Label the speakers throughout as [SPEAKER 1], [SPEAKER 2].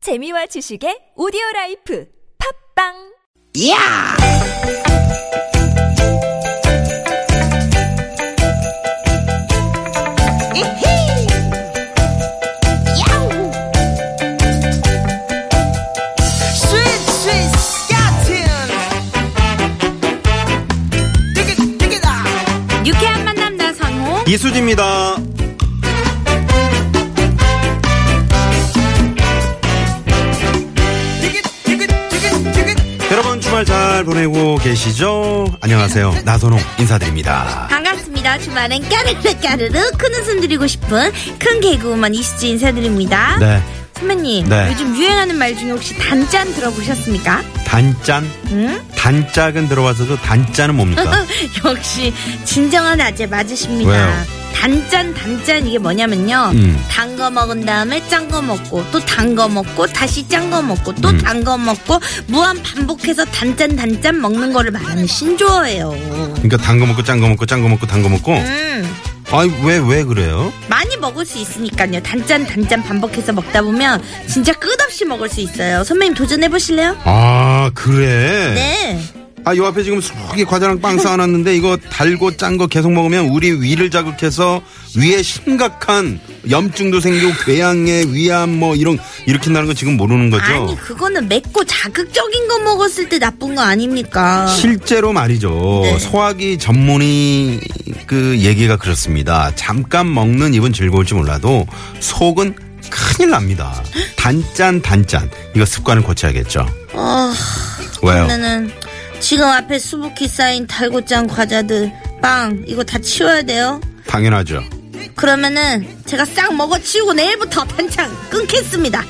[SPEAKER 1] 재미와 지식의 오디오 라이프 팝빵!
[SPEAKER 2] 야! 이히! 야우! 스윗 스윗 스카틴! 띠깃 띠깃아!
[SPEAKER 3] 유쾌한 만남 나선호
[SPEAKER 4] 이수지입니다.
[SPEAKER 2] 띠깃 띠깃 띠깃 띠깃
[SPEAKER 4] 여러분 주말 잘 보내고 계시죠? 안녕하세요. 나선홍 인사드립니다.
[SPEAKER 3] 반갑습니다 주말엔 까르르 까르르 큰 웃음 드리고 싶은 큰 개그우먼 이수지 인사드립니다
[SPEAKER 4] 네.
[SPEAKER 3] 선배님
[SPEAKER 4] 네.
[SPEAKER 3] 요즘 유행하는 말 중에 혹시 단짠 들어보셨습니까?
[SPEAKER 4] 단짠.
[SPEAKER 3] 응?
[SPEAKER 4] 단짝은 들어와서도 단짠은 뭡니까?
[SPEAKER 3] 역시 진정한 아재 맞으십니다
[SPEAKER 4] 왜요?
[SPEAKER 3] 단짠 단짠 이게 뭐냐면요
[SPEAKER 4] 음.
[SPEAKER 3] 단 거 먹은 다음에 짠 거 먹고 또 단 거 먹고 다시 짠 거 먹고 또
[SPEAKER 4] 음.
[SPEAKER 3] 단 거 먹고 무한 반복해서 단짠 단짠 먹는 거를 말하는 신조어예요
[SPEAKER 4] 그러니까 단 거 먹고 짠 거 먹고 짠 거 먹고 단 거 먹고.
[SPEAKER 3] 음.
[SPEAKER 4] 아이 왜 왜 그래요?
[SPEAKER 3] 많이 먹을 수 있으니까요. 단짠 단짠 반복해서 먹다 보면 진짜 끝없이 먹을 수 있어요. 선배님 도전해 보실래요?
[SPEAKER 4] 아 그래.
[SPEAKER 3] 네.
[SPEAKER 4] 아 요 앞에 지금 수기 과자랑 빵 쌓아놨는데 이거 달고 짠 거 계속 먹으면 우리 위를 자극해서 위에 심각한 염증도 생기고 궤양에 위암 뭐 이런 일으킨다는 거 지금 모르는 거죠?
[SPEAKER 3] 아니 그거는 맵고 자극적인 거 먹었을 때 나쁜 거 아닙니까?
[SPEAKER 4] 실제로 말이죠.
[SPEAKER 3] 네.
[SPEAKER 4] 소화기 전문의 그 얘기가 그렇습니다. 잠깐 먹는 입은 즐거울지 몰라도 속은 큰일 납니다. 단짠 단짠 이거 습관을 고쳐야겠죠.
[SPEAKER 3] 어,
[SPEAKER 4] 왜요?
[SPEAKER 3] 그러면은 지금 앞에 수북히 쌓인 달고짠 과자들, 빵 이거 다 치워야 돼요.
[SPEAKER 4] 당연하죠.
[SPEAKER 3] 그러면은 제가 싹 먹어 치우고 내일부터 단창 끊겠습니다.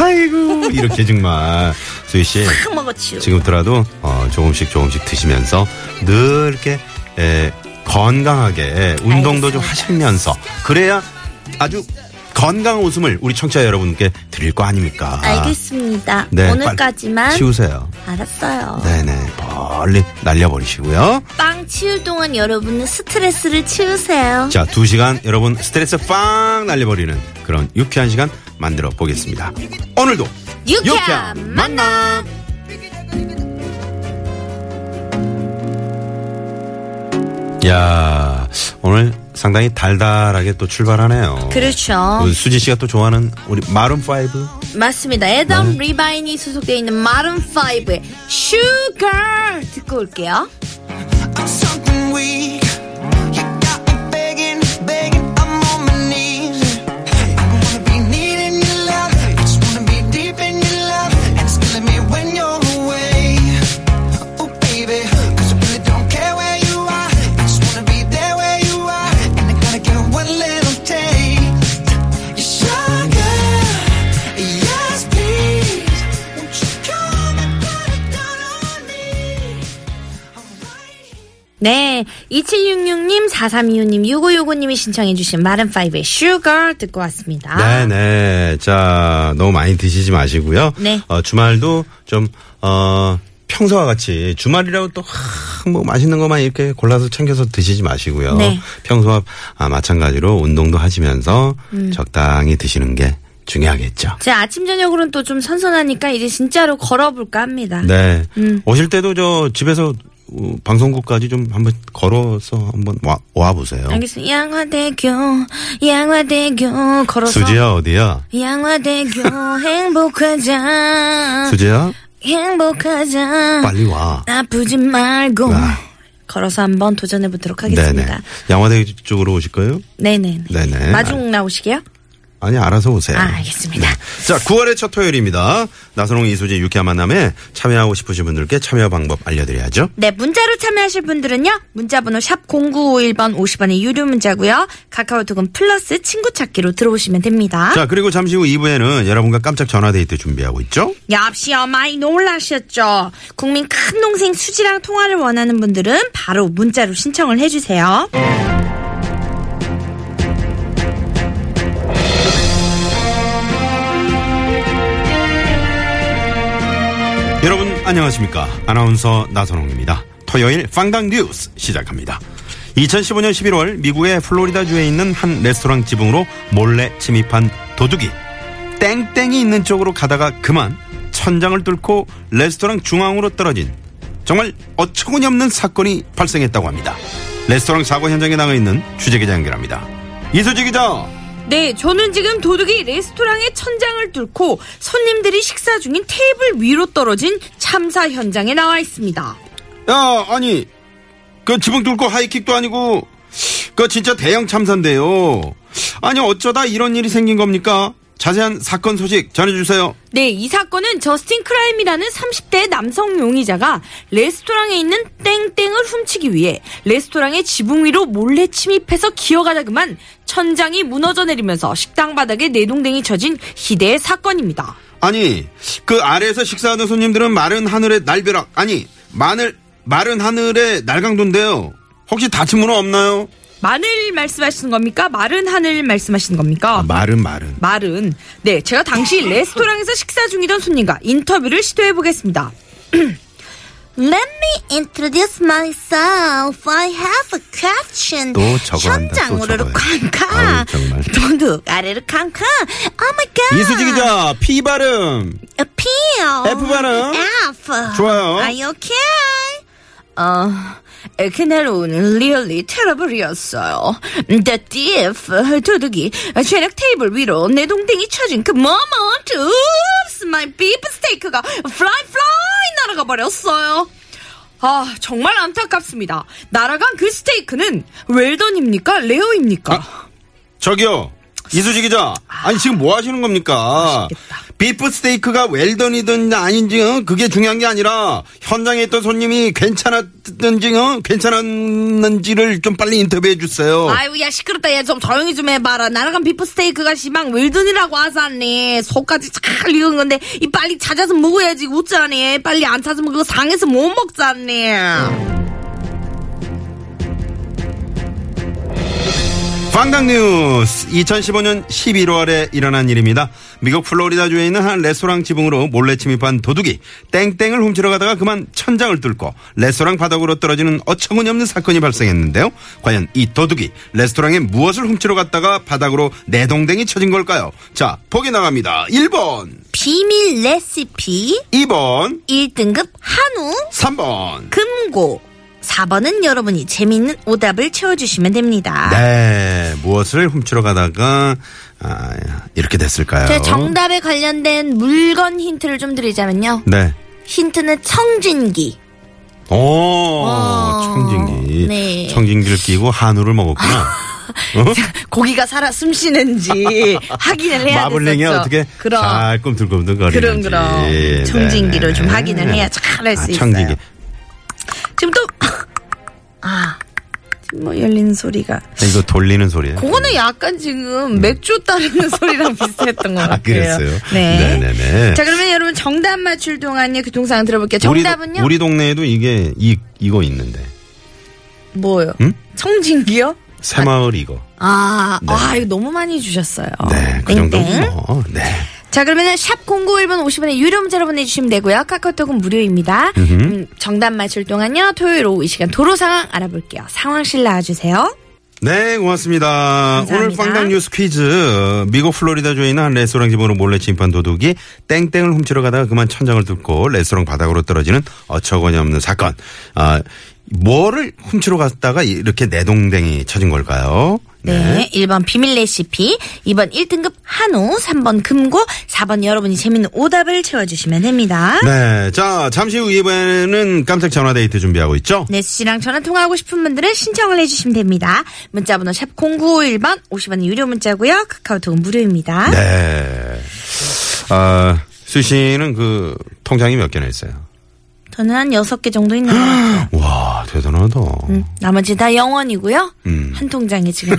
[SPEAKER 4] 아이고 이렇게 정말 수희 씨
[SPEAKER 3] 싹 먹어 치우고.
[SPEAKER 4] 지금부터라도 어, 조금씩 조금씩 드시면서 늘 이렇게 에, 건강하게 운동도 좀
[SPEAKER 3] 알겠습니다.
[SPEAKER 4] 하시면서 그래야 아주 건강한 웃음을 우리 청취자 여러분께 드릴 거 아닙니까?
[SPEAKER 3] 알겠습니다.
[SPEAKER 4] 네,
[SPEAKER 3] 오늘까지만
[SPEAKER 4] 빨리 치우세요.
[SPEAKER 3] 알았어요.
[SPEAKER 4] 네네 멀리 날려버리시고요.
[SPEAKER 3] 빵 치울 동안 여러분은 스트레스를 치우세요.
[SPEAKER 4] 자, 두 시간 여러분 스트레스 빵 날려버리는 그런 유쾌한 시간 만들어 보겠습니다. 오늘도
[SPEAKER 3] 유쾌한
[SPEAKER 4] 만남. 야, 오늘 상당히 달달하게 또 출발하네요.
[SPEAKER 3] 그렇죠.
[SPEAKER 4] 우리 수지 씨가 또 좋아하는 우리 마룬 파이브.
[SPEAKER 3] 맞습니다. 에덤
[SPEAKER 4] 네.
[SPEAKER 3] 리바인이 소속되어 있는 마룬 5의 슈가 듣고 올게요.
[SPEAKER 2] I'm something weak. You got me begging, begging. I'm on my knees. I don't wanna be needing your love. I just wanna be deep in your love, and it's killing me when you're away. Oh baby, 'cause I really don't care where you are. I just wanna be there where you are, and I gotta get one little taste. Your sugar, yes please. Won't you come and put it down on me?
[SPEAKER 3] 네. 2766님, 4325님, 6565님이 신청해주신 마룬 5의 슈가 듣고 왔습니다.
[SPEAKER 4] 네네. 자, 너무 많이 드시지 마시고요.
[SPEAKER 3] 네.
[SPEAKER 4] 어, 주말도 좀, 어, 평소와 같이 주말이라고 또, 하, 뭐 맛있는 것만 이렇게 골라서 챙겨서 드시지 마시고요.
[SPEAKER 3] 네.
[SPEAKER 4] 평소와 아, 마찬가지로 운동도 하시면서
[SPEAKER 3] 음.
[SPEAKER 4] 적당히 드시는 게 중요하겠죠.
[SPEAKER 3] 제 아침, 저녁으로는 또 좀 선선하니까 이제 진짜로 걸어볼까 합니다.
[SPEAKER 4] 네.
[SPEAKER 3] 음.
[SPEAKER 4] 오실 때도 저 집에서 어, 방송국까지 좀 한번 걸어서 한번 와, 와 보세요.
[SPEAKER 3] 알겠습니다. 양화대교, 양화대교, 걸어서.
[SPEAKER 4] 수지야, 어디야?
[SPEAKER 3] 양화대교, 행복하자.
[SPEAKER 4] 수지야,
[SPEAKER 3] 행복하자.
[SPEAKER 4] 빨리 와.
[SPEAKER 3] 나쁘지 말고
[SPEAKER 4] 아.
[SPEAKER 3] 걸어서 한번 도전해 보도록
[SPEAKER 4] 네네.
[SPEAKER 3] 하겠습니다.
[SPEAKER 4] 양화대 쪽으로 오실 거예요?
[SPEAKER 3] 네네.
[SPEAKER 4] 네네.
[SPEAKER 3] 마중 나오시게요?
[SPEAKER 4] 아니 알아서 오세요. 네.
[SPEAKER 3] 아, 알겠습니다.
[SPEAKER 4] 자, 9월의 첫 토요일입니다. 나선홍 이수지 유쾌한 만남에 참여하고 싶으신 분들께 참여 방법 알려드려야죠.
[SPEAKER 3] 네, 문자로 참여하실 분들은요. 문자 번호 샵 0951번 50원의 유료 문자고요. 카카오톡은 플러스 친구 찾기로 들어오시면 됩니다.
[SPEAKER 4] 자, 그리고 잠시 후 2부에는 여러분과 깜짝 전화 데이트 준비하고 있죠.
[SPEAKER 3] 역시요 많이 놀라셨죠? 국민 큰 동생 수지랑 통화를 원하는 분들은 바로 문자로 신청을 해주세요.
[SPEAKER 4] 여러분 안녕하십니까? 아나운서 나선홍입니다. 토요일 빵당 뉴스 시작합니다. 2015년 11월 미국의 플로리다주에 있는 한 레스토랑 지붕으로 몰래 침입한 도둑이 땡땡이 있는 쪽으로 가다가 그만 천장을 뚫고 레스토랑 중앙으로 떨어진 정말 어처구니없는 사건이 발생했다고 합니다. 레스토랑 사고 현장에 나가 있는 취재기자 연결합니다. 이수지 기자.
[SPEAKER 3] 네, 저는 지금 도둑이 레스토랑의 천장을 뚫고 손님들이 식사 중인 테이블 위로 떨어진 참사 현장에 나와 있습니다.
[SPEAKER 4] 야, 아니, 그 지붕 뚫고 하이킥도 아니고, 그 진짜 대형 참사인데요. 아니, 어쩌다 이런 일이 생긴 겁니까? 자세한 사건 소식 전해주세요.
[SPEAKER 3] 네, 이 사건은 저스틴 크라임이라는 30대 남성 용의자가 레스토랑에 있는 땡땡을 훔치기 위해 레스토랑의 지붕 위로 몰래 침입해서 기어가다 그만 천장이 무너져 내리면서 식당 바닥에 내동댕이 쳐진 희대의 사건입니다.
[SPEAKER 4] 아니, 그 아래에서 식사하던 손님들은 마른 하늘의 날벼락, 아니, 마늘, 마른 하늘의 날강도인데요. 혹시 다친 분은 없나요?
[SPEAKER 3] 마늘 말씀하시는 겁니까? 마른 하늘 말씀하시는 겁니까?
[SPEAKER 4] 아, 마른, 마른.
[SPEAKER 3] 말은 네 제가 당시 레스토랑에서 식사 중이던 손님과 인터뷰를 시도해 보겠습니다.
[SPEAKER 5] Let me introduce myself. I have a question.
[SPEAKER 4] 또 저거 한다, 또
[SPEAKER 5] 현장으로
[SPEAKER 4] 저거요. 아유,
[SPEAKER 5] 칸칸.
[SPEAKER 4] 정말.
[SPEAKER 5] 도둑 아래로 칸칸. Oh my god.
[SPEAKER 4] 이수지 기자, 피 발음.
[SPEAKER 3] 어,
[SPEAKER 5] A P.
[SPEAKER 4] F 발음.
[SPEAKER 5] F.
[SPEAKER 4] 좋아요.
[SPEAKER 5] Are you okay?
[SPEAKER 3] 어, 그날 오는 리얼리 테러블이었어요. The thief, 도둑이 죄락 테이블 위로 내 동댕이 쳐진 그 moment, oops, my beef steak가 fly fly 날아가 버렸어요. 아, 정말 안타깝습니다. 날아간 그 스테이크는 웰던입니까? 레어입니까?
[SPEAKER 4] 아, 저기요. 이수지 기자. 아니 지금 뭐 하시는 겁니까? 비프 스테이크가 웰던이든 아닌지 어? 그게 중요한 게 아니라 현장에 있던 손님이 괜찮았든지 어? 괜찮았는지를 좀 빨리 인터뷰해 주세요.
[SPEAKER 3] 아이고 야 시끄럽다 얘 좀 조용히 좀 해봐라 날아간 비프스테이크가 시방 웰든이라고 하잖니 속까지 잘 익은 건데 이 빨리 찾아서 먹어야지 웃자니 빨리 안 찾으면 그거 상해서 못 먹잖니
[SPEAKER 4] 방강 뉴스 2015년 11월에 일어난 일입니다. 미국 플로리다주에 있는 한 레스토랑 지붕으로 몰래 침입한 도둑이 땡땡을 훔치러 가다가 그만 천장을 뚫고 레스토랑 바닥으로 떨어지는 어처구니없는 사건이 발생했는데요. 과연 이 도둑이 레스토랑에 무엇을 훔치러 갔다가 바닥으로 내동댕이 쳐진 걸까요? 자, 보기 나갑니다. 1번,
[SPEAKER 5] 비밀 레시피
[SPEAKER 4] 2번,
[SPEAKER 5] 1등급 한우
[SPEAKER 4] 3번.
[SPEAKER 5] 금고. 4번은 여러분이 재미있는 오답을 채워주시면 됩니다.
[SPEAKER 4] 네, 무엇을 훔치러 가다가 아, 이렇게 됐을까요?
[SPEAKER 5] 제 정답에 관련된 물건 힌트를 좀 드리자면요.
[SPEAKER 4] 네.
[SPEAKER 5] 힌트는 청진기.
[SPEAKER 4] 오,
[SPEAKER 5] 와.
[SPEAKER 4] 청진기.
[SPEAKER 5] 네.
[SPEAKER 4] 청진기를 끼고 한우를 먹었구나. 어?
[SPEAKER 3] 고기가 살아 숨쉬는지 확인을 해야
[SPEAKER 4] 마블링이
[SPEAKER 3] 됐었죠.
[SPEAKER 4] 어떻게
[SPEAKER 3] 그럼
[SPEAKER 4] 잘 꿈틀꿈틀거리는지. 네,
[SPEAKER 3] 그럼 그럼 청진기로 좀 확인을 해야 잘 할 수
[SPEAKER 4] 아, 청진기.
[SPEAKER 3] 있어요 지금 또 아 지금 뭐 열리는 소리가
[SPEAKER 4] 이거 돌리는 소리예요.
[SPEAKER 3] 그거는 약간 지금 맥주 따르는 소리랑 비슷했던 것 같아요.
[SPEAKER 4] 아, 그랬어요?
[SPEAKER 3] 네.
[SPEAKER 4] 네네네.
[SPEAKER 3] 자, 그러면 여러분 정답 맞출 동안요. 그 동상 들어볼게요.
[SPEAKER 4] 우리,
[SPEAKER 3] 정답은요?
[SPEAKER 4] 우리 동네에도 이게 이 이거 있는데
[SPEAKER 3] 뭐요?
[SPEAKER 4] 응?
[SPEAKER 3] 청진기요?
[SPEAKER 4] 새마을 이거.
[SPEAKER 3] 아, 아, 이거 너무 많이 주셨어요.
[SPEAKER 4] 네, 그
[SPEAKER 3] 땡땡.
[SPEAKER 4] 정도는 뭐. 네.
[SPEAKER 3] 자, 그러면 샵 0951번 50원에 유료 문자로 보내주시면 되고요. 카카오톡은 무료입니다. 음, 정답 맞출 동안요. 토요일 오후 이 시간 도로 상황 알아볼게요. 상황실 나와주세요.
[SPEAKER 4] 네, 고맙습니다. 오늘 빵당 뉴스 퀴즈. 미국 플로리다주에 있는 한 레스토랑 집으로 몰래 침입한 도둑이 땡땡을 훔치러 가다가 그만 천장을 뚫고 레스토랑 바닥으로 떨어지는 어처구니없는 사건. 아, 뭐를 훔치러 갔다가 이렇게 내동댕이 쳐진 걸까요?
[SPEAKER 5] 네. 1번 비밀 레시피, 2번 1등급 한우, 3번 금고, 4번 여러분이 재밌는 오답을 채워주시면 됩니다.
[SPEAKER 4] 네. 자, 잠시 후 2부에는 깜짝 전화 데이트 준비하고 있죠?
[SPEAKER 5] 네, 수씨랑 전화 통화하고 싶은 분들은 신청을 해주시면 됩니다. 문자번호 샵 0951번, 50원 유료 문자고요 카카오톡은 무료입니다.
[SPEAKER 4] 네. 아, 수 씨는 그 통장이 몇 개나 있어요?
[SPEAKER 5] 저는 한 6개 정도 있는 것 같아요.
[SPEAKER 4] 와, 대단하다.
[SPEAKER 5] 나머지 다 영원이고요.
[SPEAKER 4] 음.
[SPEAKER 5] 한 통장에 지금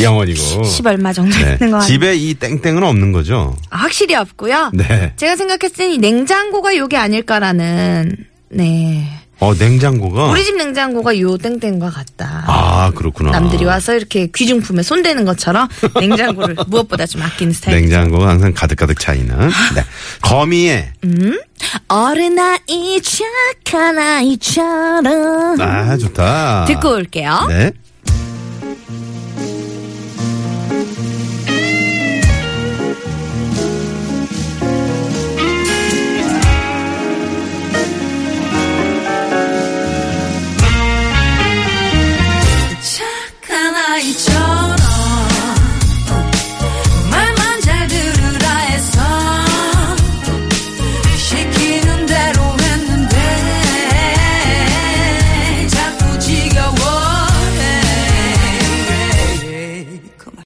[SPEAKER 4] 영원이고.
[SPEAKER 5] 10 얼마 정도
[SPEAKER 4] 네.
[SPEAKER 5] 있는 것 같아요.
[SPEAKER 4] 집에 이 땡땡은 없는 거죠?
[SPEAKER 3] 아, 확실히 없고요.
[SPEAKER 4] 네.
[SPEAKER 3] 제가 생각했을 때이 냉장고가 요게 아닐까라는, 네.
[SPEAKER 4] 어, 냉장고가.
[SPEAKER 3] 우리 집 냉장고가 요 땡땡과 같다.
[SPEAKER 4] 아, 그렇구나.
[SPEAKER 3] 남들이 와서 이렇게 귀중품에 손대는 것처럼 냉장고를 무엇보다 좀 아끼는 스타일.
[SPEAKER 4] 냉장고가 항상 가득가득 차이는. 네. 거미에.
[SPEAKER 3] 음.
[SPEAKER 5] 어른아이 착한 아이처럼
[SPEAKER 4] 아, 좋다.
[SPEAKER 3] 듣고 올게요.
[SPEAKER 4] 네.